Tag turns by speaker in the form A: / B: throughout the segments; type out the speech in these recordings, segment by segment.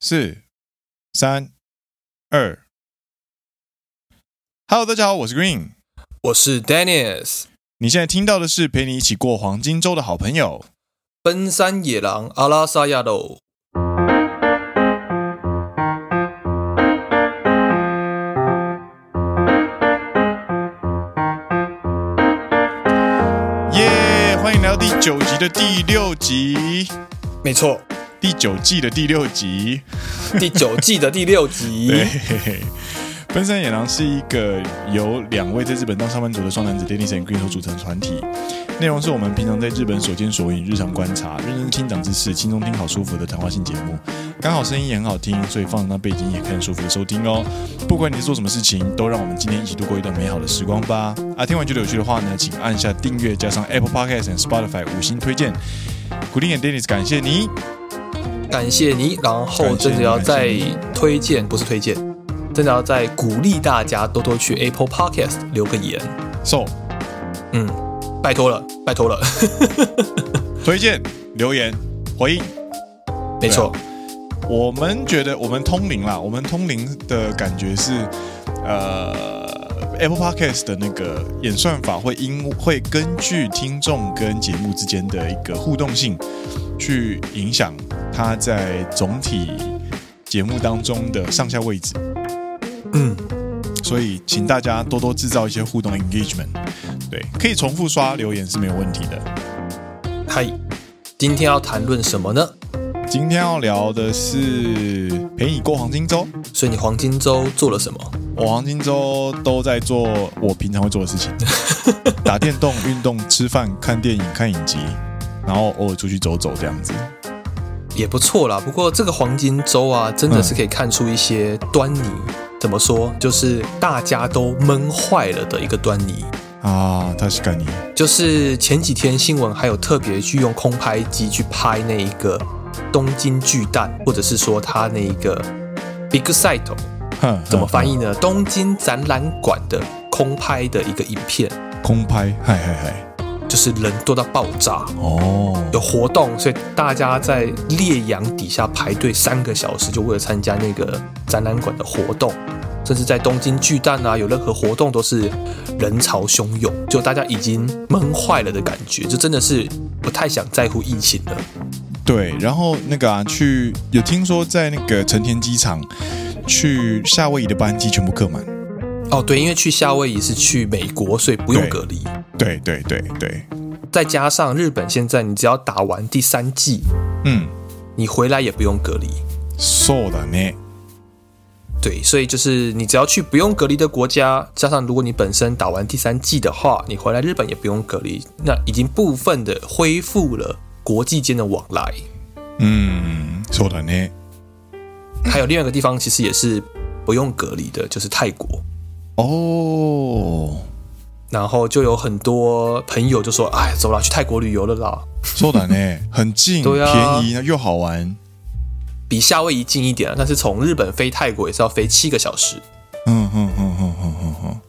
A: 四、三、二。Hello，大家好，我是 Green。
B: 我是 Dennis，
A: 你现在听到的是陪你一起过黄金周的好朋友。
B: 奔山野狼阿拉萨亚斗。
A: 耶、欢迎来到第九集的第六集，
B: 没错，
A: 第九季的第六集。
B: 第九季的第六 集。
A: 对，嘿嘿奔山野狼是一个由两位在日本当上班族的双男子 Dennis and Green 所组成的团体。内容是我们平常在日本所见所闻、日常观察、认真听长知识、轻松听好舒服的谈话性节目。刚好声音也很好听，所以放那背景也可以很舒服的收听哦。不管你是做什么事情，都让我们今天一起度过一段美好的时光吧。啊，听完觉得有趣的话呢，请按下订阅，加上 Apple Podcast 和 Spotify 五星推荐。古林 and Dennis，感谢你。
B: 感谢你，然后真的要再推荐，不是推荐，真的要再鼓励大家多多去 Apple Podcast 留个言。
A: So，
B: 嗯，拜托了，拜托了。
A: 推荐、留言、回应。
B: 没错，
A: 我们觉得我们通灵啦，我们通灵的感觉是，呃，Apple Podcast 的那个演算法会因会根据听众跟节目之间的一个互动性，去影响它在总体节目当中的上下位置。
B: 嗯，
A: 所以请大家多多制造一些互动 engagement，对，可以重复刷留言是没有问题的。
B: 嗨，今天要谈论什么呢？
A: 今天要聊的是陪你过黄金周。
B: 所以你黄金周做了什么？
A: 我黄金周都在做我平常会做的事 情，打电动、运动、吃饭、看电影、看影集，然后偶尔出去走走这样子。
B: 也不错啦。不过这个黄金周啊，真的是可以看出一些端倪。怎么说？就是大家都闷坏了的一个端倪。
A: 啊，確かに。
B: 就是前几天新闻还有特别去用空拍机去拍那一个东京巨蛋，或者是说它那一个 Big Sight
A: 哼，
B: 怎么翻
A: 译？
B: 译呢？东京展览馆的空拍的一个影片，
A: 空拍，嗨嗨嗨。
B: 就是人多到爆炸。
A: 哦，
B: 有活动，所以大家在烈阳底下排队三个小时，就为了参加那个展览馆的活动。甚至在东京巨蛋啊，有任何活动都是人潮汹涌，就大家已经闷坏了的感觉，就真的是不太想在乎疫情了。
A: 对，然后那个啊，去有听说在那个成田机场去夏威夷的班机全部客满。
B: 哦，对，因为去夏威夷是去美国，所以不用
A: 对
B: 隔离。
A: 对对对对，
B: 再加上日本现在，你只要打完第三剂，
A: 嗯，
B: 你回来也不用隔离。
A: そうだね。
B: 对，所以就是你只要去不用隔离的国家，加上如果你本身打完第三剂的话，你回来日本也不用隔离，那已经部分的恢复了国际间的往来。
A: 嗯，そうだね。
B: 还有另外一个地方其实也是不用隔离的，就是泰国。
A: 哦，
B: 然后就有很多朋友就说：“哎，走啦，去泰国旅游了啦，
A: そうだね， 很近，
B: 对啊
A: 便宜又好玩。
B: 比夏威夷近一点啊，但是从日本飞泰国也是要飞七个小时。”
A: 嗯嗯嗯嗯嗯嗯嗯，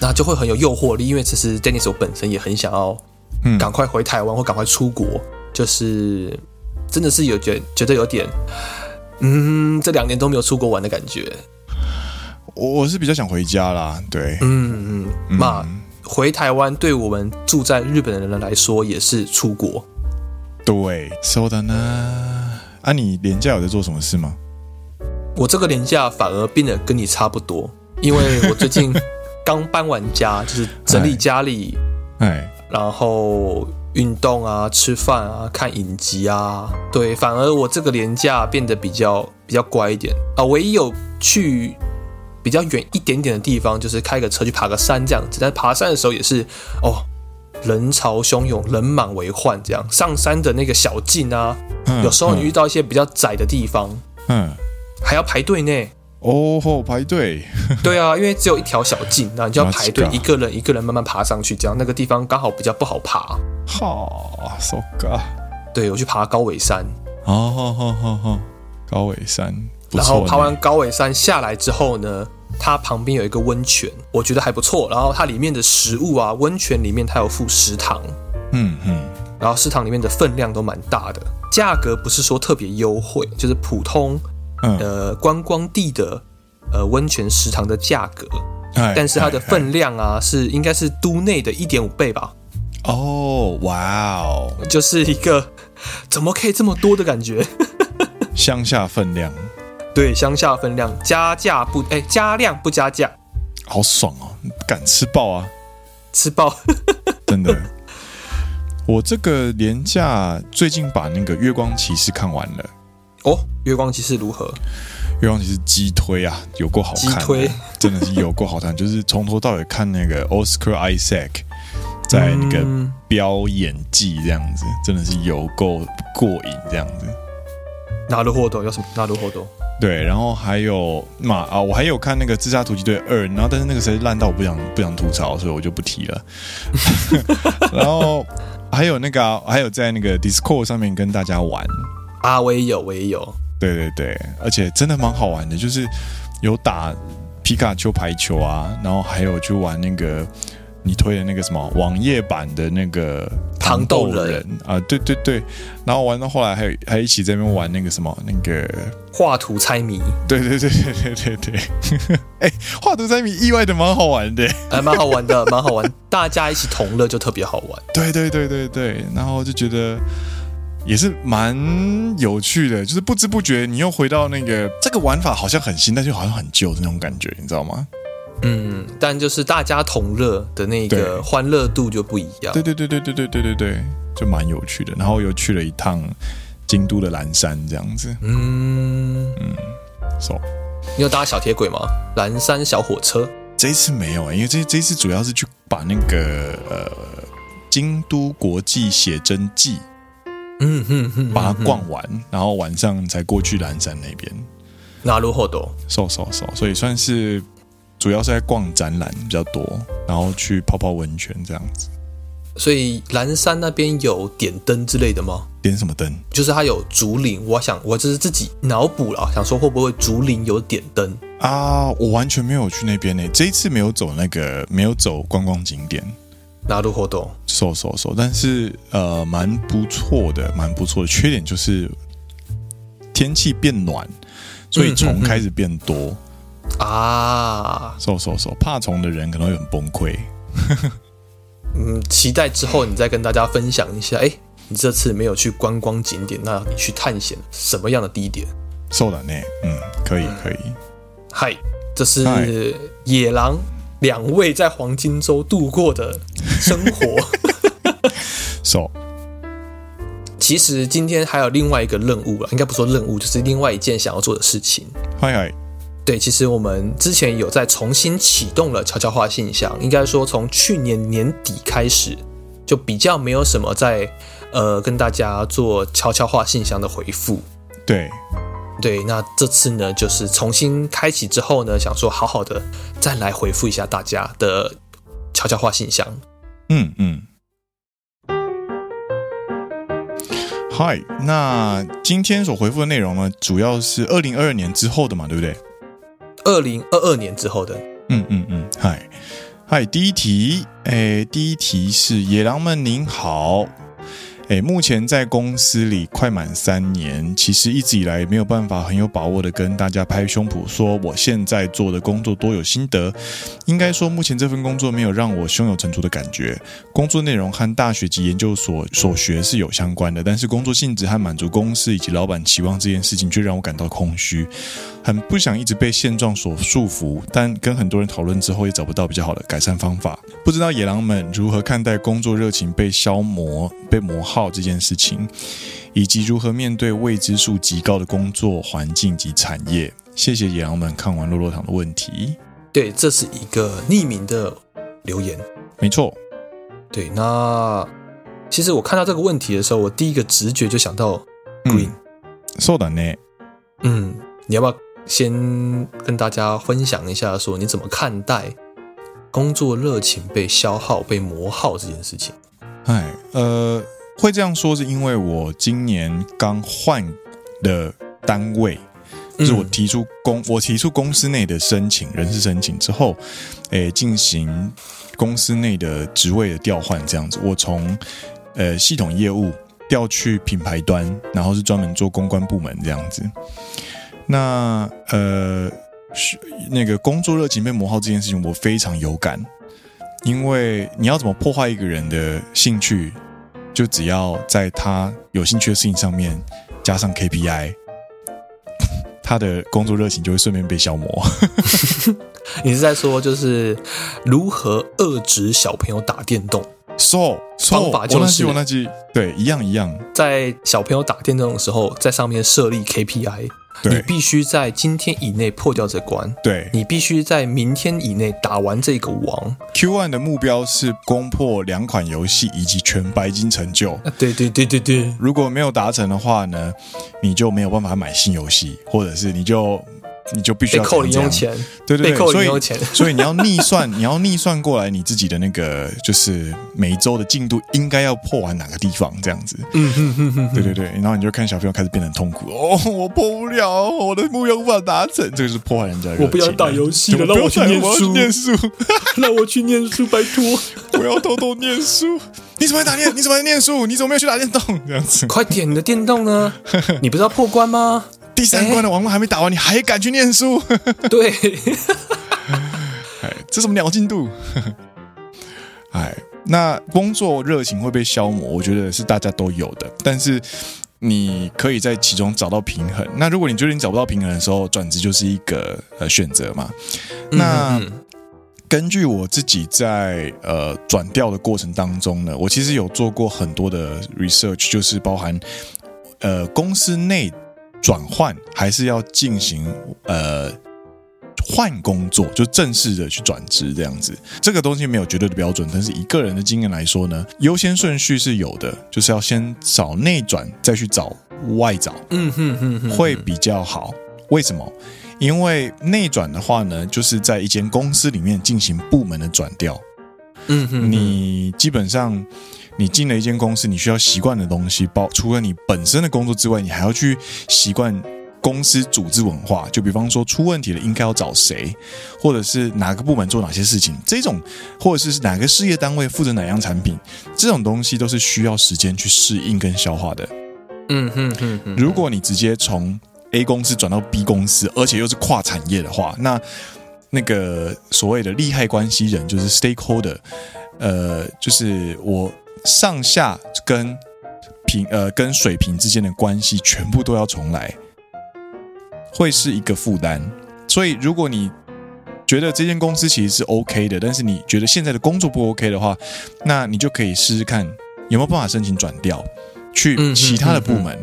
B: 那就会很有诱惑力，因为其实 Dennis 我本身也很想要，
A: 嗯
B: 赶快回台湾或赶快出国，就是真的是有觉觉得有点，嗯，这两年都没有出国玩的感觉，
A: 我我是比较想回家啦，对，
B: 嗯嗯，那、回台湾对我们住在日本的人来说也是出国，
A: 对，そうだ呢。啊，你廉假有在做什么事吗？
B: 我这个年假反而变得跟你差不多，因为我最近刚搬完家，就是整理家里，
A: 哎，
B: 然后运动啊、吃饭啊、看影集啊，对，反而我这个廉价变得比较比较乖一点啊、唯一有去比较远一点点的地方，就是开个车去爬个山这样子。但爬山的时候也是哦，人潮汹涌，人满为患这样。上山的那个小径啊，
A: 嗯
B: 有时候你遇到一些比较窄的地方，
A: 嗯，嗯
B: 还要排队 呢。
A: 哦吼，排队，
B: 对啊，因为只有一条小径，那你就要排队
A: Let's，go
B: 一个人一个人慢慢爬上去，这样那个地方刚好比较不好爬。
A: 好，so g
B: 对我去爬高尾山，
A: 好好好好好，高尾山，不
B: 然
A: 错
B: 后
A: 呢
B: 爬完，高尾山下来之后呢，它旁边有一个温泉，我觉得还不错。然后它里面的食物啊，温泉里面它有附食堂，
A: 嗯嗯，
B: 然后食堂里面的分量都蛮大的，价格不是说特别优惠，就是普通
A: 嗯
B: 呃观光地的呃温泉食堂的价格，
A: 哎
B: 但是它的
A: 哎
B: 分量啊是应该是都内的一点五倍吧，
A: 哎哦，哇哦，
B: 就是一个 怎么可以这么多的感觉？
A: 乡下分量，
B: 对，乡下分量加价不哎加量不加价，
A: 好爽哦，敢吃爆啊！
B: 吃爆
A: 真的。我这个廉价最近把那个《月光骑士》看完了，
B: 哦！月光骑士如何？
A: 《月光骑士》击推啊，有够好看的，
B: 击推
A: 真的是有够好看，就是从头到尾看那个 Oscar Isaac 在那个
B: 嗯
A: 飙演技这样子，真的是有够过瘾这样子。
B: 拿入货斗有什么？拿入货斗
A: 对，然后还有嘛啊，我还有看那个《自杀突击队二》，然后但是那个实在烂到我不想不想吐槽，所以我就不提了。 然后还有那个啊、还有在那个 Discord 上面跟大家玩，
B: 啊，我也有，我也有。
A: 对对对，而且真的蛮好玩的，就是有打皮卡丘排球啊，然后还有去玩那个你推的那个什么网页版的那个
B: 糖
A: 豆
B: 豆人
A: 啊、对对对，然后玩到后来还有还一起在那边玩那个什么那个，
B: 画图猜谜，
A: 对对对对对对对，哎、画图三米意外的蛮好玩的，
B: 还呃蛮好 玩的，蛮好玩。大家一起同乐就特别好玩。
A: 对对对对对，然后就觉得。也是蛮有趣的，就是不知不觉你又回到那个这个玩法好像很新，但又好像很旧的那种感觉，你知道吗？
B: 嗯，但就是大家同乐的那
A: 对
B: 个欢乐度就不一样。
A: 对对对对对对对对对，就蛮有趣的。然后又去了一趟京都的岚山，这样子。
B: 嗯，
A: So
B: 你有搭小铁轨吗？蓝山小火车
A: 这一次没有、因为这这一次主要是去把那个呃京都国际写真季
B: 嗯哼哼，
A: 把它逛完，然后晚上才过去岚山那边。
B: 拿入后斗。
A: So so so，所以算是主要是在逛展览比较多，然后去泡泡温泉这样子。
B: 所以蓝山那边有点灯之类的吗？
A: 点什么灯？
B: 就是它有竹林，我想我这是自己脑补了，想说会不会竹林有点灯？
A: 啊，我完全没有去那边呢、欸这一次没有走那个，没有走观光景点，
B: 拿入后斗
A: 瘦瘦瘦，但是呃，蛮不错的，蛮不错的。缺点就是天气变暖，所以虫开始变多，
B: 啊，
A: 瘦瘦瘦，怕虫的人可能会很崩溃。
B: 嗯，期待之后你再跟大家分享一下。哎，你这次没有去观光景点，那你去探险什么样的地点？
A: 瘦了呢，嗯，可以可以，
B: 嗨，这
A: 嗨
B: 是野狼两位在黄金周度过的生活。
A: 瘦
B: 其实今天还有另外一个任务了，应该不说任务，就是另外一件想要做的事情。
A: 嗨嗨，
B: 对，其实我们之前有在重新启动了悄悄话信箱，应该说从去年年底开始，就比较没有什么在呃跟大家做悄悄话信箱的回复。
A: 对，
B: 对，那这次呢，就是重新开启之后呢，想说好好的再来回复一下大家的悄悄话信箱。
A: 嗯嗯。嗨，那今天所回复的内容呢，主要是二零二二年之后的嘛，对不对？
B: 二零二二年之后的，
A: 嗯嗯嗯，嗨嗨，第一题，哎，第一题是野狼们您好，哎，目前在公司里快满三年，其实一直以来没有办法很有把握的跟大家拍胸脯说我现在做的工作多有心得，应该说目前这份工作没有让我胸有成竹的感觉，工作内容和大学及研究所所学是有相关的，但是工作性质和满足公司以及老板期望这件事情却让我感到空虚。很不想一直被现状所束缚，但跟很多人讨论之后也找不到比较好的改善方法。不知道野狼们如何看待工作热情被消磨、被磨耗这件事情，以及如何面对未知数极高的工作环境及产业。谢谢野狼们看完落落堂的问题。
B: 对，这是一个匿名的留言。
A: 没错，
B: 对，那其实我看到这个问题的时候，我第一个直觉就想到
A: 嗯
B: Green。
A: そうだね。
B: 嗯你要不要先跟大家分享一下，说你怎么看待工作热情被消耗、被磨耗这件事情？
A: 哎，呃，会这样说是因为我今年刚换的单位，就是
B: 嗯
A: 我提出公我提出公司内的申请人事申请之后，诶，进行公司内的职位的调换，这样子，我从呃系统业务调去品牌端，然后是专门做公关部门这样子。那呃，是那个工作热情被磨耗这件事情，我非常有感，因为你要怎么破坏一个人的兴趣，就只要在他有兴趣的事情上面加上 KPI，他的工作热情就会顺便被消磨。
B: 你是在说就是如何遏制小朋友打电动？
A: So，, so
B: 方法就是
A: 我那句，对，一样一样，
B: 在小朋友打电动的时候，在上面设立 KPI，你
A: 对
B: 必须在今天以内破掉这关，
A: 对。
B: 你必须在明天以内打完这个王。
A: Q One 的目标是攻破两款游戏以及全白金成就。
B: 啊，对对对对对，
A: 如果没有达成的话呢，你就没有办法买新游戏，或者是你就你就必须
B: 被
A: 要
B: 扣
A: 怎
B: 零
A: 样
B: 用钱，
A: 对对
B: 被
A: 对，
B: 扣
A: 所
B: 零
A: 以
B: 用钱。
A: 所以你要逆算，你要逆算过来你自己的那个，就是每一周的进度应该要破完哪个地方，这样子。
B: 嗯哼哼哼，
A: 对对对，然后你就看小朋友开始变得很痛苦哦，我破不了，我的目标无法达成，这个是破坏人家的热情啊。
B: 我不要打游戏
A: 对
B: 了
A: 我不要打
B: 让我去念
A: 我要
B: 书
A: 念书，
B: 让我去念书，拜托，
A: 我要偷偷念书。你怎么还打电？你怎么还念书？你怎么没有去打电动？这样子，
B: 快点，你的电动呢？你不是要破关吗？
A: 第三关的王冠还没打完，你还敢去念书？
B: 对，
A: 哎，这什么鸟进度？ 哎，那工作热情会被消磨，我觉得是大家都有的，但是你可以在其中找到平衡。那如果你觉得你找不到平衡的时候，转职就是一个呃选择嘛。那、
B: 嗯嗯嗯
A: 根据我自己在呃转调的过程当中呢，我其实有做过很多的 research，就是包含呃公司内转换还是要进行呃换工作，就正式的去转职这样子。这个东西没有绝对的标准，但是以个人的经验来说呢，优先顺序是有的，就是要先找内转，再去找外找。
B: 嗯哼哼哼，
A: 会比较好。为什么？因为内转的话呢，就是在一间公司里面进行部门的转调。
B: 嗯哼，
A: 你基本上，你进了一间公司，你需要习惯的东西，包除了你本身的工作之外，你还要去习惯公司组织文化。就比方说，出问题了应该要找谁，或者是哪个部门做哪些事情，这种或者是哪个事业单位负责哪样产品，这种东西都是需要时间去适应跟消化的。
B: 嗯哼哼哼，
A: 如果你直接从 A 公司转到 B 公司，而且又是跨产业的话，那那个所谓的利害关系人就是 stakeholder，呃，就是我上下跟平呃跟水平之间的关系全部都要重来，会是一个负担。所以如果你觉得这间公司其实是 OK 的，但是你觉得现在的工作不 OK 的话，那你就可以试试看有没有办法申请转调去
B: 嗯
A: 其他的
B: 嗯
A: 部门。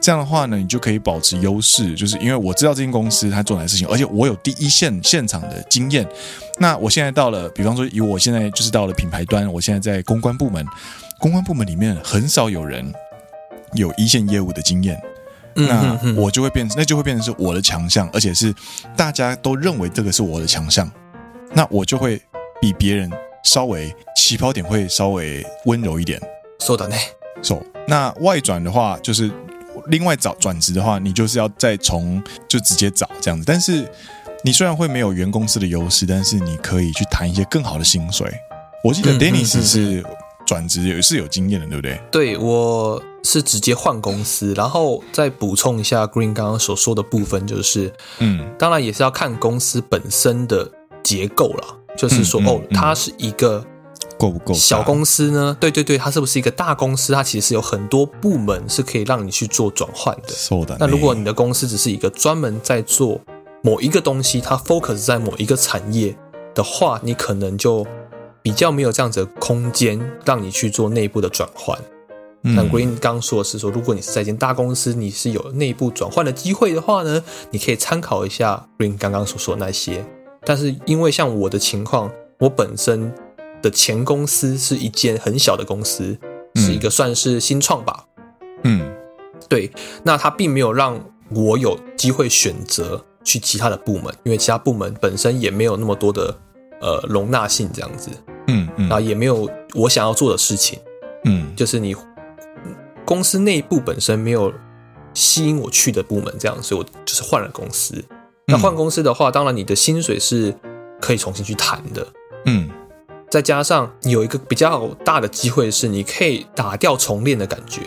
A: 这样的话呢，你就可以保持优势，就是因为我知道这间公司它做哪些事情，而且我有第一线现场的经验。那我现在到了，比方说以我现在就是到了品牌端，我现在在公关部门，公关部门里面很少有人有一线业务的经验，
B: 嗯
A: 那
B: 哼哼
A: 我就会变，那就会变成是我的强项，而且是大家都认为这个是我的强项，那我就会比别人稍微起跑点会稍微温柔一点。
B: そうだね。
A: 手。那外转的话，就是另外找转职的话，你就是要再从就直接找这样子。但是你虽然会没有原公司的优势，但是你可以去谈一些更好的薪水。我记得
B: 嗯
A: Dennis
B: 嗯嗯
A: 是转职有是有经验的，对不对？
B: 对，我是直接换公司，然后再补充一下 Green 刚刚所说的部分，就是
A: 嗯
B: 当然也是要看公司本身的结构啦，就是说、
A: 嗯嗯
B: 哦，
A: 嗯
B: 它是一个
A: 够不够大
B: 小公司呢，对对对，它是不是一个大公司？它其实是有很多部门是可以让你去做转换的。
A: そうだね
B: 那如果你的公司只是一个专门在做某一个东西，它 focus 在某一个产业的话，你可能就比较没有这样子的空间让你去做内部的转换。
A: 嗯
B: 那 Green 刚说的是说，如果你是在一间大公司，你是有内部转换的机会的话呢，你可以参考一下 Green 刚刚所说的那些。但是因为像我的情况，我本身的前公司是一间很小的公司，
A: 嗯
B: 是一个算是新创吧，
A: 嗯嗯
B: 对，那它并没有让我有机会选择去其他的部门，因为其他部门本身也没有那么多的呃容纳性这样子，
A: 嗯嗯
B: 然后也没有我想要做的事情。
A: 嗯
B: 就是你公司内部本身没有吸引我去的部门，这样，所以我就是换了公司。那
A: 嗯
B: 换公司的话，当然你的薪水是可以重新去谈的，
A: 嗯
B: 再加上有一个比较大的机会是你可以打掉重练的感觉。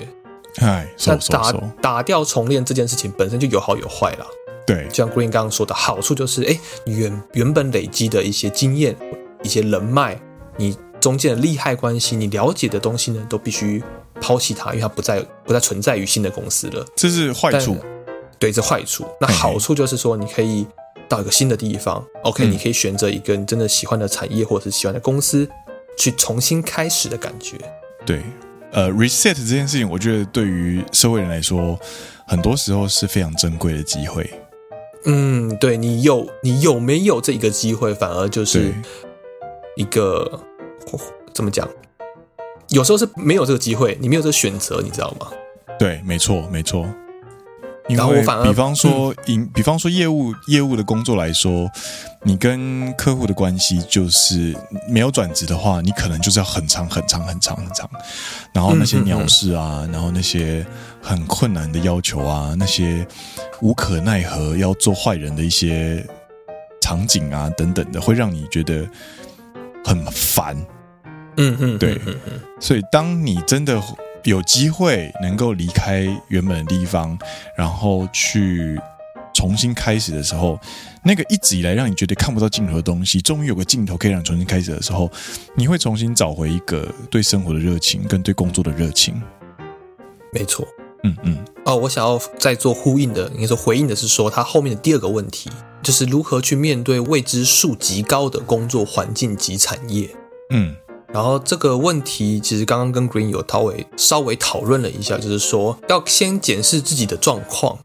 A: 哎，
B: 那
A: 收收
B: 打
A: 收，
B: 打掉重练这件事情本身就有好有坏啦。
A: 对
B: 就像 Green 刚刚说的，好处就是，哎，你原原本累积的一些经验、一些人脉，你中间的利害关系，你了解的东西呢，都必须抛弃它，因为它不再不再存在于新的公司了。
A: 这是坏处。嗯
B: 对，这坏处。那
A: 嘿嘿
B: 好处就是说，你可以到一个新的地方，OK，、
A: 嗯
B: 你可以选择一个你真的喜欢的产业或者是喜欢的公司，去重新开始的感觉。
A: 对，呃，reset 这件事情，我觉得对于社会人来说，很多时候是非常珍贵的机会。
B: 嗯，对你有你有没有这一个机会，反而就是
A: 对，
B: 一个哦怎么讲？有时候是没有这个机会，你没有这个选择，你知道吗？
A: 对，没错，没错。因
B: 然后
A: 为
B: 我反而嗯
A: 比方说，营、比方说业务业务的工作来说，你跟客户的关系就是没有转职的话，你可能就是要很长很长很长很长，然后那些
B: 嗯嗯嗯
A: 鸟事啊，然后那些很困难的要求啊，那些无可奈何要做坏人的一些场景啊等等的，会让你觉得很烦。
B: 嗯嗯，
A: 对
B: 嗯嗯嗯
A: 所以，当你真的有机会能够离开原本的地方，然后去重新开始的时候，那个一直以来让你觉得看不到尽头的东西，终于有个尽头可以让你重新开始的时候，你会重新找回一个对生活的热情跟对工作的热情。
B: 没错。
A: 嗯嗯，
B: 哦，我想要再做呼应的，应该说回应的是说，它后面的第二个问题就是如何去面对未知数极高的工作环境及产业。
A: 嗯，
B: 然后这个问题其实刚刚跟 Green 有稍微稍微讨论了一下，就是说要先检视自己的状况，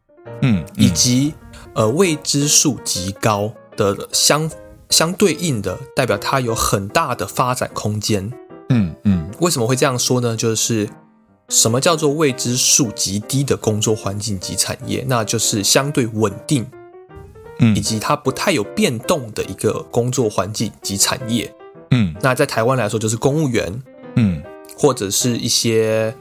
A: 嗯，嗯
B: 以及呃未知数极高的相相对应的，代表它有很大的发展空间。
A: 嗯嗯
B: 为什么会这样说呢？就是什么叫做未知数极低的工作环境及产业？那就是相对稳定，以
A: 嗯
B: 及它不太有变动的一个工作环境及产业。
A: 嗯
B: 那在台湾来说，就是公务员
A: 嗯
B: 或者是一些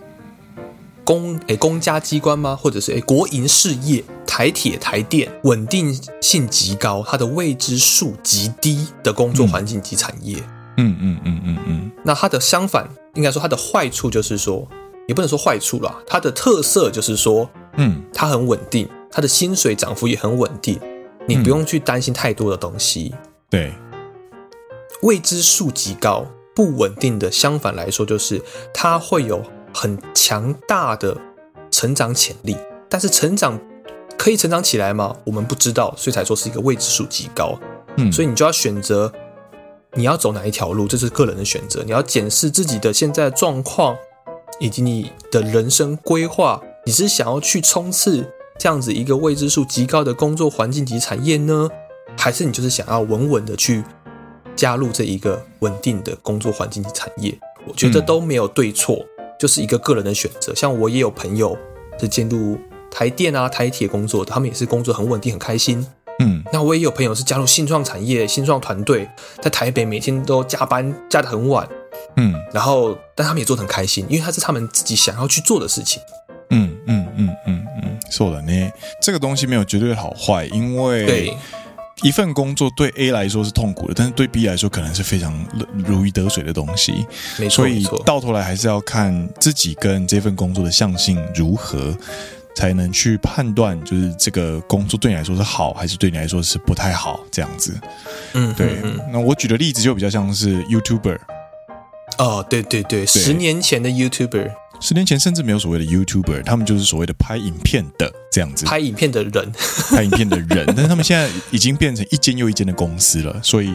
B: 公诶公家机关吗？或者是诶国营事业、台铁、台电，稳定性极高，它的未知数极低的工作环境及产业。
A: 嗯嗯嗯嗯嗯，
B: 那它的相反，应该说它的坏处就是说，也不能说坏处啦，它的特色就是说
A: 嗯
B: 它很稳定，它的薪水涨幅也很稳定，你不用去担心太多的东西。
A: 对，
B: 未知数极高、不稳定的，相反来说就是它会有很强大的成长潜力，但是成长可以成长起来吗？我们不知道，所以才说是一个未知数极高。
A: 嗯，
B: 所
A: 以
B: 以你就要选择你要走哪一条路，这是个人的选择。你要检视自己的现在的状况，以及你的人生规划。你是想要去冲刺这样子一个未知数极高的工作环境及产业呢，还是你就是想要稳稳的去加入这一个稳定的工作环境及产业？我觉得
A: 嗯
B: 都没有对错，就是一个个人的选择。像我也有朋友是进入台电啊、台铁工作的，他们也是工作很稳定、很开心。
A: 嗯
B: 那我也有朋友是加入新创产业、新创团队，在台北每天都加班加得很晚，
A: 嗯
B: 然后但他们也做得很开心，因为他是他们自己想要去做的事情。
A: 嗯嗯嗯嗯嗯，そうだね。这个东西没有绝对好坏，因为
B: 对，
A: 一份工作对 A 来说是痛苦的，但是对 B 来说可能是非常如鱼得水的东西，
B: 没错
A: 所
B: 没
A: 以
B: 错，
A: 到头来还是要看自己跟这份工作的向性如何，才能去判断就是这个工作对你来说是好还是对你来说是不太好这样子。
B: 嗯，
A: 对，
B: 嗯，嗯
A: 那我举的例子就比较像是 YouTuber，
B: 哦，对对对，十年前的 YouTuber
A: 十年前甚至没有所谓的 YouTuber，他们就是所谓的拍影片的这样子，
B: 拍影片的人，
A: 拍影片的人，但是他们现在已经变成一间又一间的公司了，所以。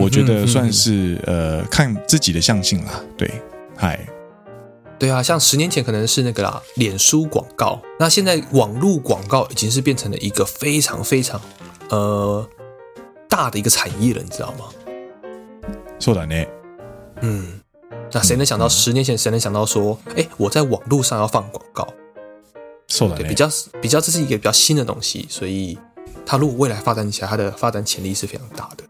A: 我觉得算、
B: 嗯
A: 是呃看自己的相性啦。对，嗨，
B: 嗯对啊，像十年前可能是那个啦，脸书广告，那现在网络广告已经是变成了一个非常非常呃大的一个产业了，你知道吗？
A: そうだね。
B: 嗯，那谁能想到十年前谁能想到说，哎、我在网络上要放广告？
A: そうだ
B: 对，
A: ね。
B: 比较比较，这是一个比较新的东西，所以它如果未来发展起来，它的发展潜力是非常大的。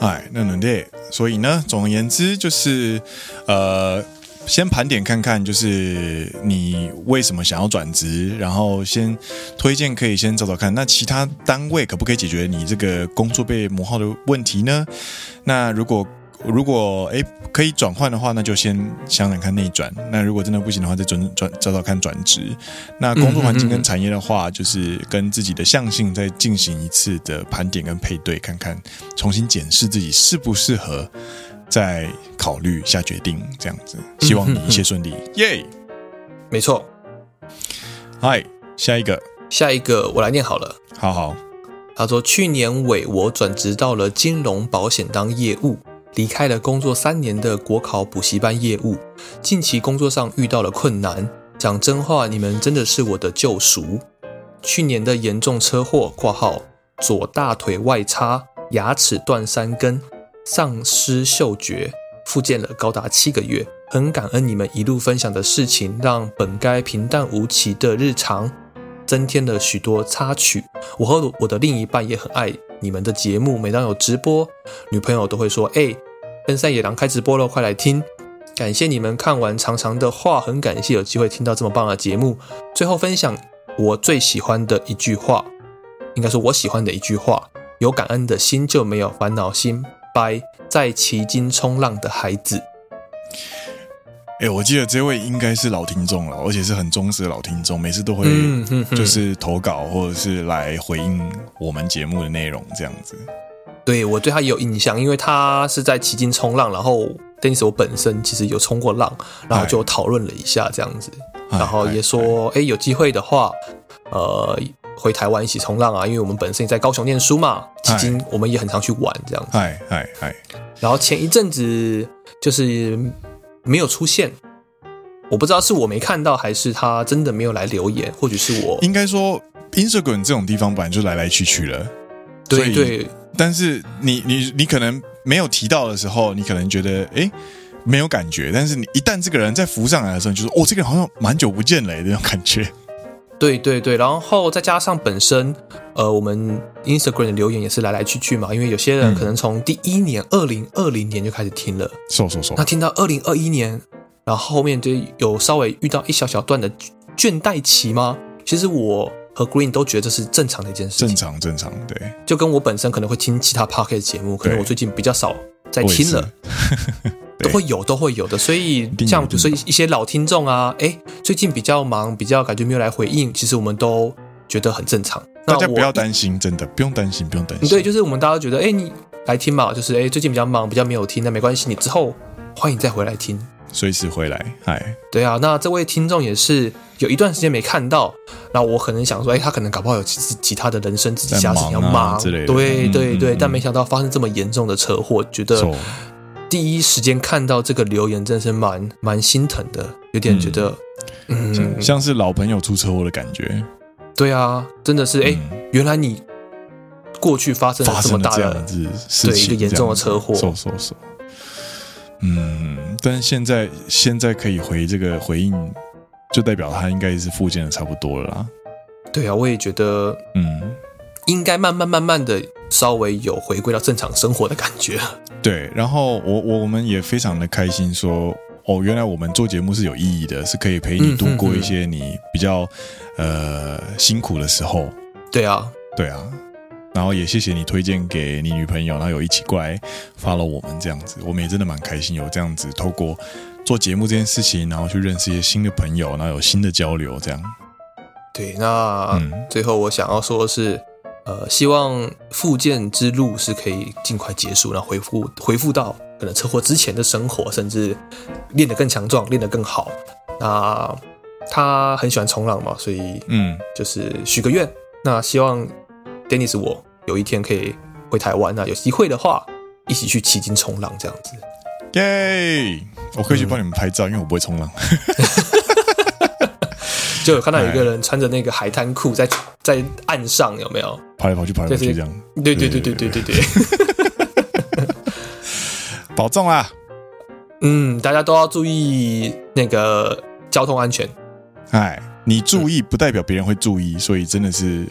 A: 哎，那能的。所以呢，总而言之就是呃。先盘点看看，就是你为什么想要转职，然后先推荐可以先找找看。那其他单位可不可以解决你这个工作被磨耗的问题呢？那如果如果诶可以转换的话，那就先想想看内转。那如果真的不行的话，再转转找找看转职。那工作环境跟产业的话，就是跟自己的向性再进行一次的盘点跟配对，看看重新检视自己适不适合，再考虑下决定。这样子，希望你一切顺利，耶！
B: 没错，
A: 嗨，下一个，
B: 下一个我来念好了。
A: 好好，
B: 他说，去年尾我转职到了金融保险当业务，离开了工作三年的国考补习班业务。近期工作上遇到了困难，讲真话，你们真的是我的救赎。去年的严重车祸（括号左大腿外插，牙齿断三根，丧失嗅觉），复健了高达七个月。很感恩你们一路分享的事情，让本该平淡无奇的日常增添了许多插曲。我和我的另一半也很爱你们的节目，每当有直播，女朋友都会说：“哎、奔山野狼开直播了，快来听！”感谢你们看完长长的话，很感谢有机会听到这么棒的节目。最后分享我最喜欢的一句话，应该说我喜欢的一句话：有感恩的心就没有烦恼心。拜，在奇经冲浪的孩子，
A: 哎、我记得这位应该是老听众了，而且是很忠实的老听众，每次都会
B: 嗯哼哼
A: 就是投稿或者是来回应我们节目的内容这样子。
B: 对我对他也有印象，因为他是在奇经冲浪，然后 Dennis 我本身其实有冲过浪，然后就讨论了一下这样子，
A: 哎
B: 然后也说，哎，有机会的话，呃，回台湾一起冲浪啊，因为我们本身也在高雄念书嘛，奇
A: 哎
B: 经我们也很常去玩这样子。
A: 嗨嗨嗨，
B: 然后前一阵子就是没有出现，我不知道是我没看到，还是他真的没有来留言，或许是我
A: 应该说 Instagram 这种地方本来就来来去去了，所
B: 对
A: 以
B: 对
A: 但是你你你可能没有提到的时候，你可能觉得哎。诶没有感觉，但是你一旦这个人再浮上来的时候，你就说哦，这个人好像蛮久不见了诶那种感 觉。
B: 对对对，然后再加上本身，呃，我们 Instagram 的留言也是来来去去嘛，因为有些人可能从第一年二零二零年就开始听了，
A: 瘦瘦瘦
B: 那，听到二零二一年，然后后面就有稍微遇到一小小段的倦怠期吗？其实我和 Green 都觉得这是正常的一件事
A: 正
B: 情，
A: 常正常，对，
B: 就跟我本身可能会听其他 Pocket 节目，可能
A: 对
B: 我最近比较少在
A: 我也
B: 听
A: 是
B: 了。都会有，都会有的。所以
A: 定有
B: 像比
A: 一定
B: 如说一些老听众啊，哎，最近比较忙，比较感觉没有来回应，其实我们都觉得很正常。那
A: 大家
B: 我嗯
A: 不要担心，真的不用担心，不用担心。
B: 对，就是我们大家都觉得，哎，你来听嘛，就是哎，最近比较忙，比较没有听，那没关系，你之后欢迎再回来听。
A: 随时回来。哎嗨，
B: 对啊，那这位听众也是有一段时间没看到，那我可能想说，哎，他可能搞不好有其其其他的人生自己
A: 在
B: 家事
A: 忙
B: 要
A: 啊
B: 忙，
A: 之类的
B: 对
A: 嗯
B: 对
A: 嗯
B: 对，
A: 嗯
B: 但没想到发生这么严重的车祸，觉得
A: 错，
B: 第一时间看到这个留言，真是蛮蛮心疼的，有点觉得，嗯，
A: 像是老朋友出车祸的感觉。
B: 对啊，真的是，哎、
A: 嗯
B: 原来你过去发生了
A: 发
B: 这么
A: 生了
B: 大
A: 这样
B: 的
A: 的，事情，
B: 对一个严重的车祸
A: 受受受。嗯，但是现在现在可以回这个回应，就代表他应该是复健的差不多了啦。
B: 对啊，我也觉得
A: 嗯，
B: 应该慢慢慢慢的稍微有回归到正常生活的感觉，
A: 对。然后我我我们也非常的开心说。哦，原来我们做节目是有意义的，是可以陪你
B: 嗯
A: 度
B: 嗯
A: 过
B: 嗯
A: 一些你比较、呃辛苦的时候。
B: 对啊，
A: 对啊，然后也谢谢你推荐给你女朋友，然后有一起过来 follow 我们这样子，我们也真的蛮开心，有这样子透过做节目这件事情，然后去认识一些新的朋友，然后有新的交流，这样。
B: 对，那、
A: 嗯
B: 最后我想要说的是。呃，希望复健之路是可以尽快结束，然后恢复恢复到可能车祸之前的生活，甚至练得更强壮，练得更好。那他很喜欢冲浪嘛，所以
A: 嗯，
B: 就是许个愿。那希望 Dennis 我有一天可以回台湾，那有机会的话，一起去骑金冲浪这样子。
A: 耶！我可以去帮你们拍照，因为我不会冲浪。
B: 就有看到有一个人穿着那个海滩裤在在岸上，有没有？
A: 跑来跑去，跑来跑
B: 这
A: 去，
B: 是
A: 这样。
B: 对对对对对对对，
A: 保重啊啦！
B: 嗯，大家都要注意那个交通安全，
A: 哎，你注意不代表别人会注意，所以真的是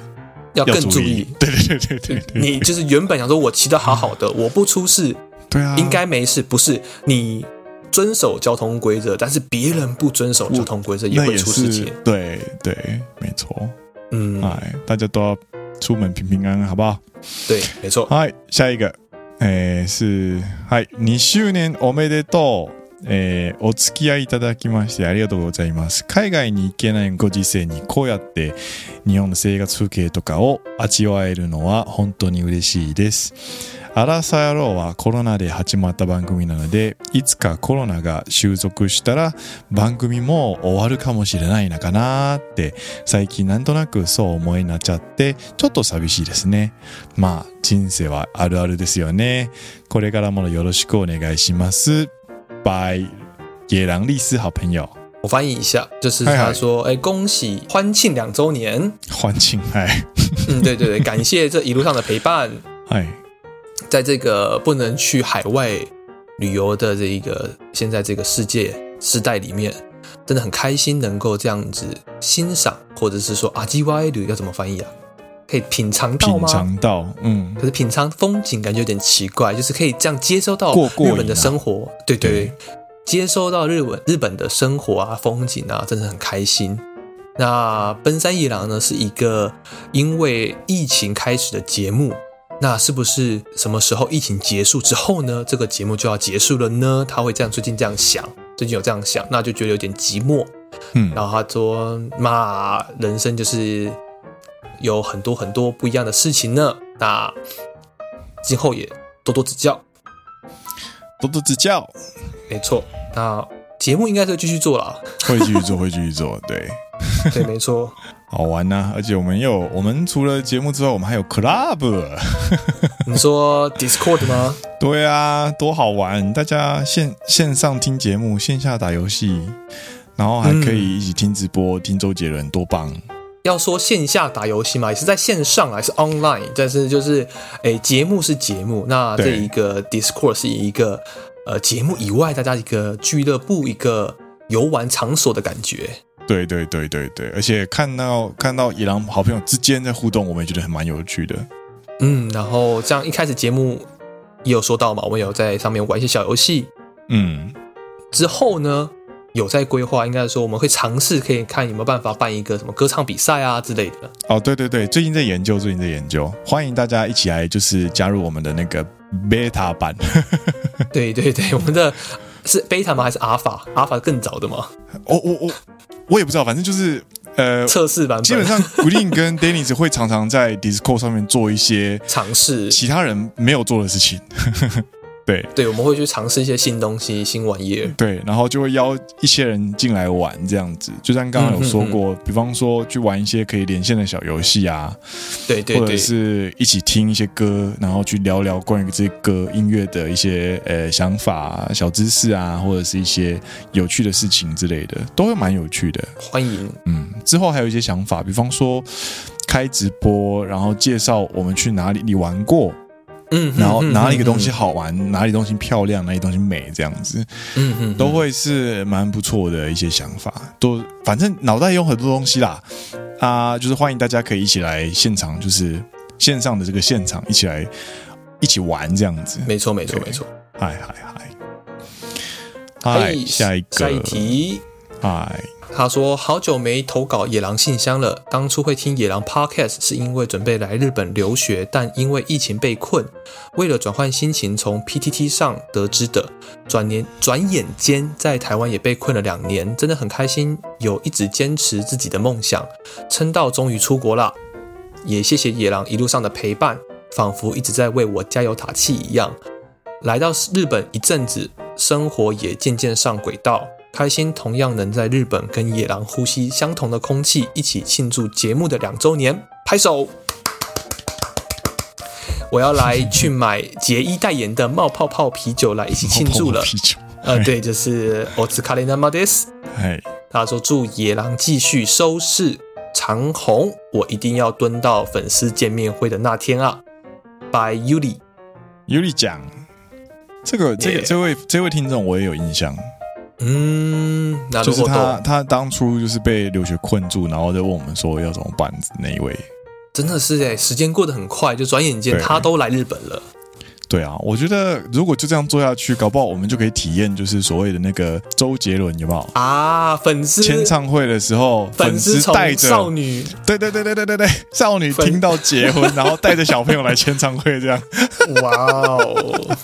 B: 要
A: 要
B: 更注意。。
A: 对对对对对对，嗯
B: 你就是原本想说我骑得好好的，我不出事，
A: 对啊，
B: 应该没事，不是你遵守交通规则，但是别人不遵守交通规则也
A: 那
B: 会
A: 也
B: 出事
A: 是哎
B: 情。
A: 对对，没错。
B: 嗯，
A: 哎，大家都要出门平平安安，好不好？
B: 对，没错。
A: 嗨，下一个，えー是はい2周年おめでとう。えーお付き合いいただきましてありがとうございます。海外に行けないご時世にこうやって日本の生活風景とかを味わえるのは本当に嬉しいです。アラサ野郎はコロナで始まった番組なので、いつかコロナが収束したら番組も終わるかもしれないのかなーって最近なんとなくそう思いになっちゃってちょっと寂しいですね。まあ人生はあるあるですよね。これからもよろしくお願いします。拜，野狼丽丝好朋 友，
B: 我翻译一下，就是
A: 嗨嗨
B: 他说：“哎，恭喜欢庆两周年。
A: 欢庆嗨”
B: 嗯，对对对，感谢这一路上的陪伴，
A: 嗨，
B: 在这个不能去海外旅游的这一个现在这个世界时代里面，真的很开心能够这样子欣赏，或者是说啊 G Y 旅要怎么翻译啊？可以品尝到
A: 品
B: 吗？
A: 尝到，嗯，
B: 可是品尝风景感觉有点奇怪，就是可以这样接收到
A: 过过瘾
B: 日
A: 啊
B: 本的生活，对对
A: 对
B: 接收到日本日本的生活啊、风景啊，真的很开心。那奔山一郎呢，是一个因为疫情开始的节目。那是不是什么时候疫情结束之后呢？这个节目就要结束了呢？他会这样最近这样想，最近有这样想，那就觉得有点寂寞。
A: 嗯
B: 然后他说：“嘛，人生就是有很多很多不一样的事情呢，那今后也多多指教。
A: 多多指教，”
B: 没错，那节目应该是会继续做了。
A: 会继续 做，会继续做，对，
B: 对，没错，
A: 好玩呐、而且我们也有，我们除了节目之外，我们还有 club，
B: 你说 Discord 吗？
A: 对啊，多好玩！大家线线上听节目，线下打游戏，然后还可以一起听直播，听周杰伦，多棒！
B: 要说线下打游戏嘛，也是在线上啊，也是 online，但是就是，诶，节目是节目，那这
A: 对
B: 一个 Discord 是一个呃节目以外，大家一个俱乐部、一个游玩场所的感觉。
A: 对对对对对，而且看到看到野狼好朋友之间在互动，我们也觉得很蛮有趣的。
B: 嗯，然后这样一开始节目也有说到嘛，我们有在上面玩一些小游戏。
A: 嗯，
B: 之后呢，有在规划，应该说我们会尝试可以看有没有办法办一个什么歌唱比赛啊之类的。
A: 哦，对对对，最近在研究，最近在研究，欢迎大家一起来，就是加入我们的那个 beta 版，
B: 对对对，我们的是 beta 吗？还是 alpha？alpha 更早的嘛，
A: 我我我哦我也不知道，反正就是呃，
B: 测试版
A: 基本
B: 本
A: 上 Green 跟 Dennis 会常常在 Discord 上面做一些
B: 尝试。
A: 其他人没有做的事情， 对
B: 对，我们会去尝试一些新东西、新玩意儿。
A: 对，然后就会邀一些人进来玩这样子，就像刚刚有说过，比方说去玩一些可以连线的小游戏啊，
B: 对对
A: 或者
B: 对，
A: 是一起听一些歌，然后去聊聊关于这些歌音乐的一些呃想法啊、小知识啊，或者是一些有趣的事情之类的，都会蛮有趣的。
B: 欢迎。
A: 嗯，之后还有一些想法，比方说开直播，然后介绍我们去哪里你玩过，
B: 嗯，
A: 然后
B: 嗯
A: 哪里个东西
B: 嗯
A: 好玩，哪里东西漂亮，哪里东西美，这样子
B: 嗯嗯，
A: 都会是蛮不错的一些想法。都反正脑袋有很多东西啦，啊，就是欢迎大家可以一起来现场，就是线上的这个现场一起来一起玩这样子。
B: 没错没错
A: 对
B: 没错。
A: 嗨嗨嗨！嗨，下一个，
B: 哎下一题。
A: 嗨，
B: 他说：“好久没投稿野狼信箱了。当初会听野狼 Podcast 是因为准备来日本留学，但因为疫情被困，为了转换心情，从 PTT 上得知的。转年转眼间，在台湾也被困了两年，真的很开心，有一直坚持自己的梦想，撑到终于出国啦。也谢谢野狼一路上的陪伴，仿佛一直在为我加油打气一样。来到日本一阵子，生活也渐渐上轨道，开心同样能在日本跟野狼呼吸相同的空气，一起庆祝节目的两周年，拍手！我要来去买杰一代言的冒泡泡啤酒来一起庆祝了
A: 泡泡。啤酒，
B: 呃，对，就是我是卡 a 纳 i 德斯。
A: 嗨，
B: 他说祝野狼继续收视长虹，我一定要蹲到粉丝见面会的那天啊！By Yuli，
A: 尤里讲这个这个
B: Yeah
A: 这位这位听众我也有印象，
B: 嗯，那
A: 就
B: 如
A: 是
B: 果
A: 他
B: 都
A: 他当初就是被留学困住，然后就问我们说要怎么办那一位。
B: 真的是哎，时间过得很快，就转眼间
A: 对
B: 他都来日本了。
A: 对啊，我觉得如果就这样做下去，搞不好我们就可以体验，就是所谓的那个周杰伦有没有？
B: 啊，粉丝
A: 签唱会的时候，粉
B: 粉丝
A: 丝
B: 从
A: 带
B: 少
A: 着，
B: 女，
A: 对对对对对对对，少女
B: 粉
A: 听到结婚， 然后带着小朋友来签唱会，这样，
B: 哇 哦，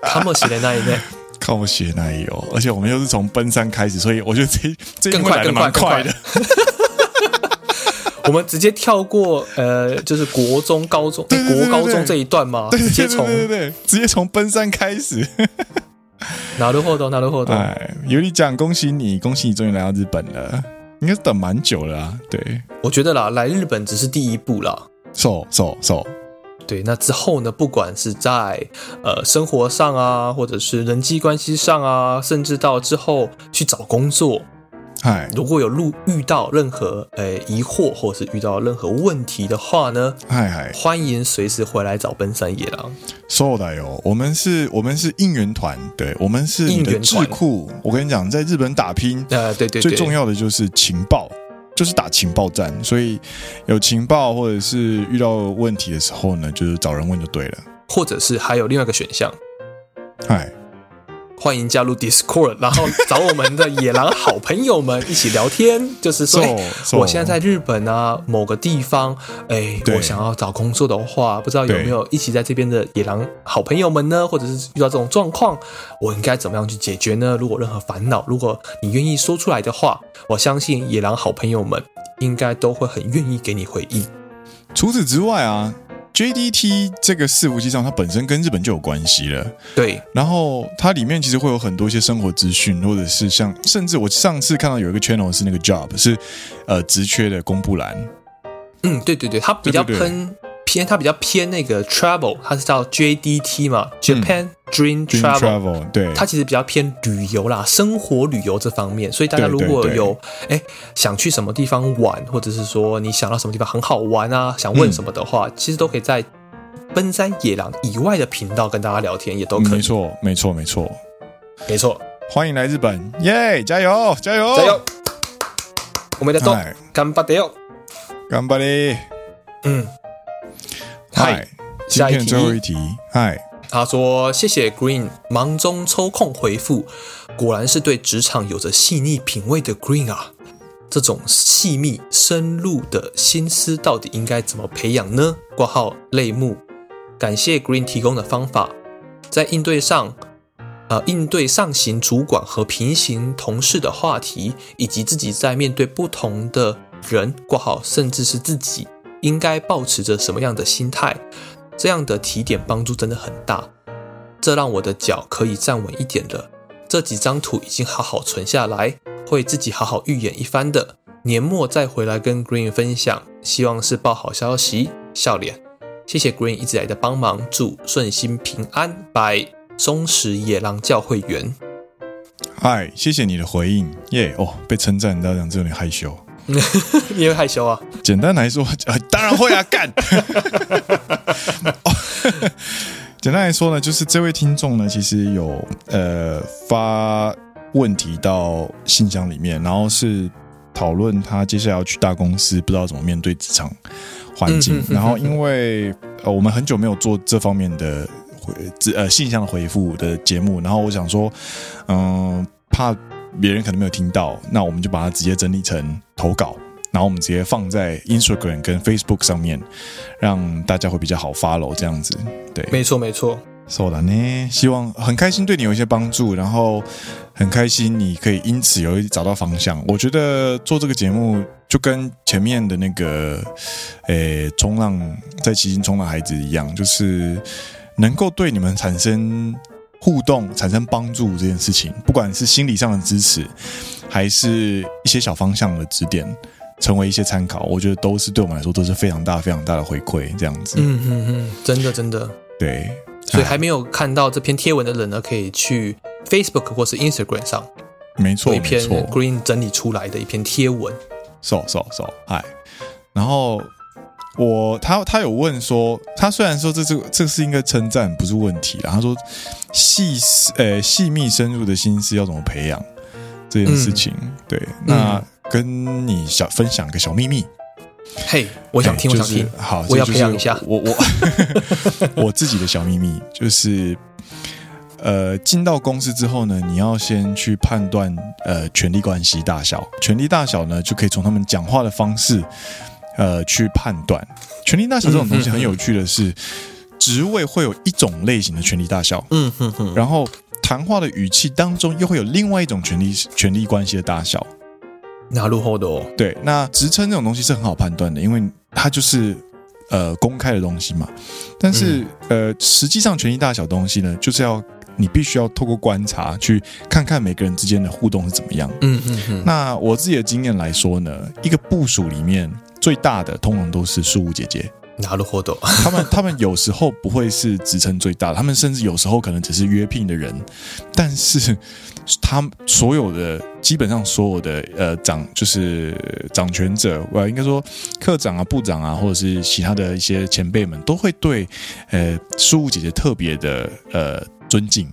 B: 他们写的那一类，
A: 看我写奶油，哦而且我们又是从奔三开始，所以我觉得 这这一
B: 更
A: 幕
B: 快
A: 来的蛮
B: 更快
A: 的，
B: 我们直接跳过呃，就是国中、高中、哎
A: 对对对
B: 国高
A: 对
B: 中
A: 对
B: 这一段嘛，
A: 对
B: 直
A: 对
B: 接
A: 对
B: 从
A: 对对对，直接从奔三开始。
B: 哪路后头哪路后头，
A: 哎，尤里讲，恭喜你，恭喜你终于来到日本了，应该是等蛮久了啊。对，
B: 我觉得啦，来日本只是第一步啦。
A: 手手手，
B: 对，那之后呢？不管是在呃生活上啊，或者是人际关系上啊，甚至到之后去找工作，
A: 嗨
B: 如果有路遇到任何呃疑惑，或者是遇到任何问题的话呢，
A: 嗨嗨，
B: 欢迎随时回来找奔山野狼。
A: そうだよ，我们是，我们是应援团，对，我们是你
B: 应
A: 的
B: 援
A: 智
B: 团
A: 库。我跟你讲，在日本打拼
B: 呃，对对对，
A: 最重要的就是情报，就是打情报战。所以有情报或者是遇到问题的时候呢，就是找人问就对了。哎
B: 或者是还有另外一个选项，
A: 嗨，
B: 欢迎加入 Discord，然后找我们的野狼好朋友们一起聊天，就是说。哎
A: so-
B: 我现在在日本啊，某个地方，哎，
A: 对
B: 我想要找工作的话，不知道有没有一起在这边的野狼好朋友们呢？或者是遇到这种状况，我应该怎么样去解决呢？如果有任何烦恼，如果你愿意说出来的话，我相信野狼好朋友们应该都会很愿意给你回应。
A: 除此之外啊，JDT 这个伺服器上，它本身跟日本就有关系了。
B: 对，
A: 然后它里面其实会有很多一些生活资讯，或者是像，甚至我上次看到有一个 channel 是那个 job 是呃职缺的公布栏，
B: 嗯，对对对，它比较
A: 对
B: 偏
A: 对对
B: 偏，它比较偏那个 travel，它是叫 JDT 嘛，Japan Dream
A: 嗯 Dream
B: Travel。
A: travel 对，
B: 它其实比较偏旅游啦，生活旅游这方面，所以大家
A: 对
B: 如
A: 对
B: 果
A: 对
B: 有哎想去什么地方玩，或者是说你想到什么地方很好玩啊，想问
A: 嗯
B: 什么的话，其实都可以在奔山野狼以外的频道跟大家聊天，也都可以。
A: 没，错，没错，没错。
B: 没错，
A: 欢迎来日本，耶！加油，加油，
B: 加油！！我们在动，
A: 嗨，
B: 干巴得哟。
A: 干巴嘞！
B: 嗯，
A: 嗨
B: 嗨，
A: 今
B: 下一
A: 天
B: 题
A: 最后一题，嗨，
B: 他说：“谢谢 Green，忙中抽空回复，果然是对职场有着细腻品味的 Green 啊！这种细密深入的心思，到底应该怎么培养呢？”（括号类目）感谢 Green 提供的方法，在应对上，呃，应对上行主管和平行同事的话题，以及自己在面对不同的人（括号甚至是自己），应该保持着什么样的心态？这样的提点帮助真的很大，这让我的脚可以站稳一点了。这几张图已经好好存下来，会自己好好预演一番的。年末再回来跟 Green 分享，希望是报好消息。笑脸，谢谢 Green 一直以来的帮忙，祝顺心平安。拜，松石野狼教会员。
A: 嗨，谢谢你的回应，耶！哦，被称赞到这样子有点害羞。
B: 你会害羞啊？
A: 简单来说，呃、当然 会啊，干。哦简单来说呢，就是这位听众呢，其实有呃发问题到信箱里面，然后是讨论他接下来要去大公司，不知道怎么面对职场环境。
B: 嗯哼嗯哼
A: 然后因为呃我们很久没有做这方面的回呃信箱的回复的节目，然后我想说，嗯、怕别人可能没有听到，那我们就把它直接整理成投稿，然后我们直接放在 Instagram 跟 Facebook 上面，让大家会比较好 follow 这样子。对，
B: 没错，没错。
A: そうだね。希望很开心对你有一些帮助，然后很开心你可以因此有一找到方向。我觉得做这个节目就跟前面的那个，诶、冲浪在骑行冲浪孩子一样，就是能够对你们产生互动、产生帮助这件事情，不管是心理上的支持，还是一些小方向的指点。成为一些参考，我觉得都是对我们来说都是非常大、非常大的回馈，这样子。
B: 嗯嗯嗯，真的真的。
A: 对，啊
B: 所以还没有看到这篇贴文的人呢，可以去 Facebook 或是 Instagram 上
A: 没错，
B: 有一
A: 没
B: 篇
A: 错。
B: Green 整理出来的一篇贴文。
A: 瘦瘦瘦，嗨。哎然后我他他有问说，他虽然说这这这是应该称赞，不是问题啦。他说细思呃细密深入的心思要怎么培养这件事情，对，那跟你小分享个小秘密，
B: 嘿，我想听，
A: 哎
B: 我
A: 就
B: 想
A: 是
B: 听，
A: 好，
B: 我
A: 这
B: 要
A: 就
B: 培
A: 是
B: 养一下。
A: 我 我我自己的小秘密就是，呃，进到公司之后呢，你要先去判断呃权力关系大小，权力大小呢就可以从他们讲话的方式，呃，去判断。权力大小这种东西
B: 嗯嗯嗯
A: 很有趣的是，职位会有一种类型的权力大小，
B: 嗯哼哼，
A: 然后谈话的语气当中又会有另外一种权力权力关系的大小。
B: 拿入后的哦，
A: 对，那职称这种东西是很好判断的，因为它就是呃公开的东西嘛。但是、呃，实际上权力大小东西呢，就是要你必须要透过观察去看看每个人之间的互动是怎么样。
B: 嗯嗯嗯，
A: 那我自己的经验来说呢，一个部署里面最大的通常都是事务姐姐，
B: 拿入后的哦，
A: 他们他们有时候不会是职称最大的，他们甚至有时候可能只是约聘的人，但是他们所有的基本上所有的呃掌就是掌权者，呃应该说科长啊、部长啊，或者是其他的一些前辈们，都会对呃事务姐姐特别的呃尊敬。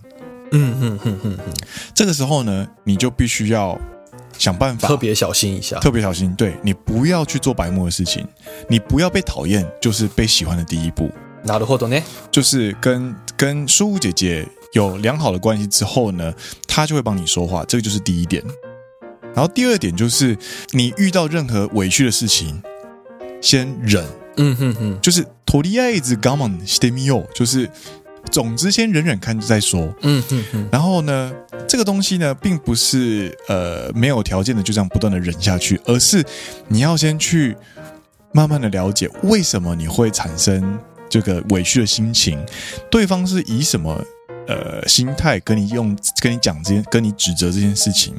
B: 嗯嗯嗯嗯嗯，
A: 这个时候呢，你就必须要想办法
B: 特别小心一下。
A: 特别小心，对你不要去做白目的事情，你不要被讨厌，就是被喜欢的第一步。
B: 拿入后的呢？
A: 就是跟跟舒姐姐有良好的关系之后呢，她就会帮你说话，这个就是第一点。然后第二点就是，你遇到任何委屈的事情，先忍，
B: 嗯哼哼，
A: 就是とりあえず我慢してみよう，就是总之先忍忍看再说。
B: 嗯哼哼，
A: 然后呢，这个东西呢，并不是呃没有条件的就这样不断的忍下去，而是你要先去慢慢的了解为什么你会产生这个委屈的心情，对方是以什么呃心态跟你用跟你讲这件跟你指责这件事情，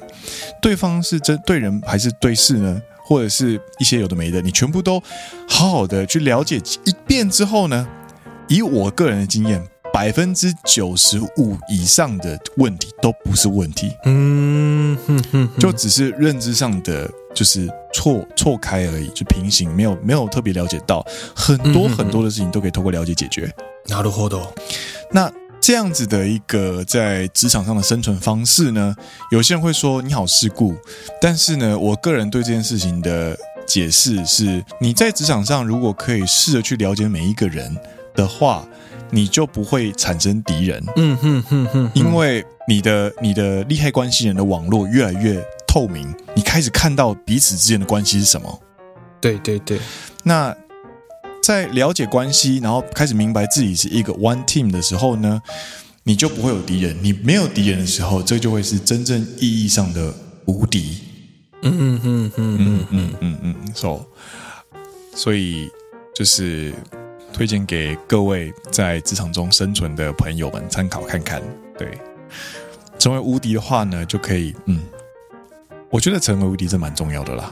A: 对方是针对人还是对事呢？或者是一些有的没的，你全部都好好的去了解一遍之后呢，以我个人的经验，百分之九十五以上的问题都不是问题，
B: 嗯哼哼哼，
A: 就只是认知上的就是错错开而已，就平行，没有没有特别了解到很多
B: 嗯嗯嗯
A: 很多的事情都可以透过了解解决。
B: 拿入后的哦。
A: 那这样子的一个在职场上的生存方式呢，有些人会说你好世故，但是呢，我个人对这件事情的解释是，你在职场上如果可以试着去了解每一个人的话，你就不会产生敌人，
B: 嗯哼哼哼，
A: 因为你的你的利害关系人的网络越来越透明，你开始看到彼此之间的关系是什么。
B: 对对对，
A: 那在了解关系，然后开始明白自己是一个 one team 的时候呢，你就不会有敌人。你没有敌人的时候，这就会是真正意义上的无敌。
B: 嗯哼哼哼，
A: 嗯嗯嗯，so，所以就是推荐给各位在职场中生存的朋友们参考看看。对，成为无敌的话呢，就可以嗯，我觉得成为无敌是蛮重要的啦。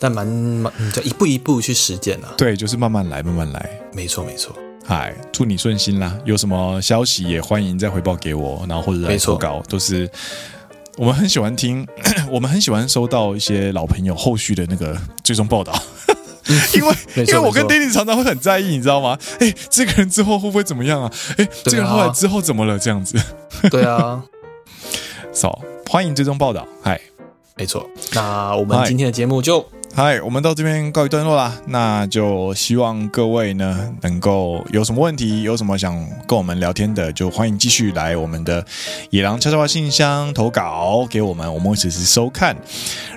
B: 但蛮蛮，嗯这一步一步去实践啊。
A: 对，就是慢慢来，慢慢来。
B: 没错没错，
A: 嗨，祝你顺心啦！有什么消息也欢迎再回报给我，然后或者来
B: 没错
A: 投稿，都是我们很喜欢听，我们很喜欢收到一些老朋友后续的那个追踪报道。 因为
B: 没
A: 因
B: 错
A: 为我跟
B: 没错
A: Danny 常常会很在意，你知道吗？哎，这个人之后会不会怎么样啊？哎，这个人后来之后怎么了？这样子，
B: 对啊，
A: 少欢迎追踪报道。嗨
B: 没错。那我们
A: 嗨
B: 今天的节目就
A: 嗨，我们到这边告一段落啦。那就希望各位呢能够有什么问题，有什么想跟我们聊天的，就欢迎继续来我们的野狼悄悄话信箱投稿给我们，我们会随时收看。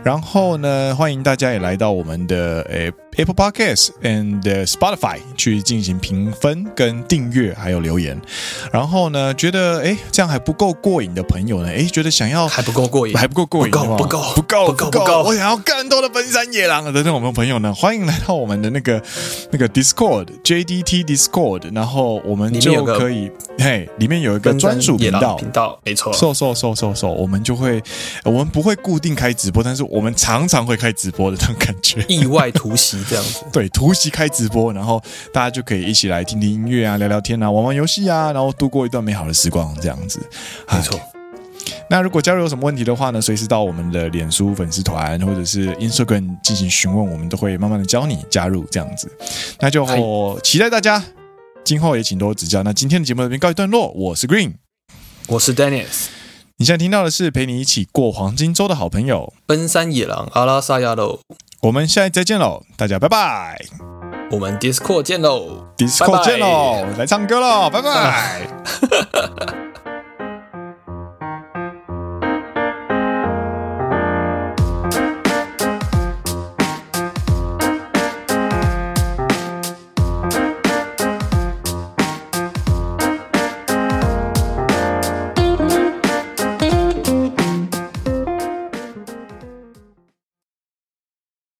A: 然后呢，欢迎大家也来到我们的诶 Apple Podcast and Spotify 去进行评分、跟订阅，还有留言。然后呢，觉得诶这样还不够过瘾的朋友呢，诶觉得想要
B: 还不够过瘾，
A: 还不够过瘾，
B: 不够
A: 是吗
B: 不够
A: 不够，
B: 不够不够
A: 我想要更多的奔山野狼的那种朋友呢，欢迎来到我们的那个 那个 Discord JDT Discord，然后我们
B: 里面
A: 就
B: 有个
A: 可以嘿，里面有一个专属频
B: 野狼
A: 道。
B: 频道，没错。
A: 瘦瘦瘦瘦瘦，我们就会，我们不会固定开直播，但是我们常常会开直播的那种感觉。
B: 意外突袭这样 子，
A: 对，突袭开直播，然后大家就可以一起来听听音乐啊，聊聊天啊，玩玩游戏啊，然后度过一段美好的时光，这样子。哎
B: 没错，
A: 那如果交流有什么问题的话呢，随时到我们的脸书粉丝团或者是 Instagram 进行询问，我们都会慢慢的教你加入这样子。那就
B: 嗨
A: 期待大家今后也请多指教。那今天的节目到这边告一段落，我是 Green，
B: 我是 Dennis，
A: 你现在听到的是陪你一起过黄金周的好朋友，
B: 奔山野狼阿拉萨亚喽，
A: 我们下一集再见喽，大家拜拜
B: 我们 Discord 见喽
A: ，Disco 见
B: 喽。
A: 喽，来唱歌喽，拜拜。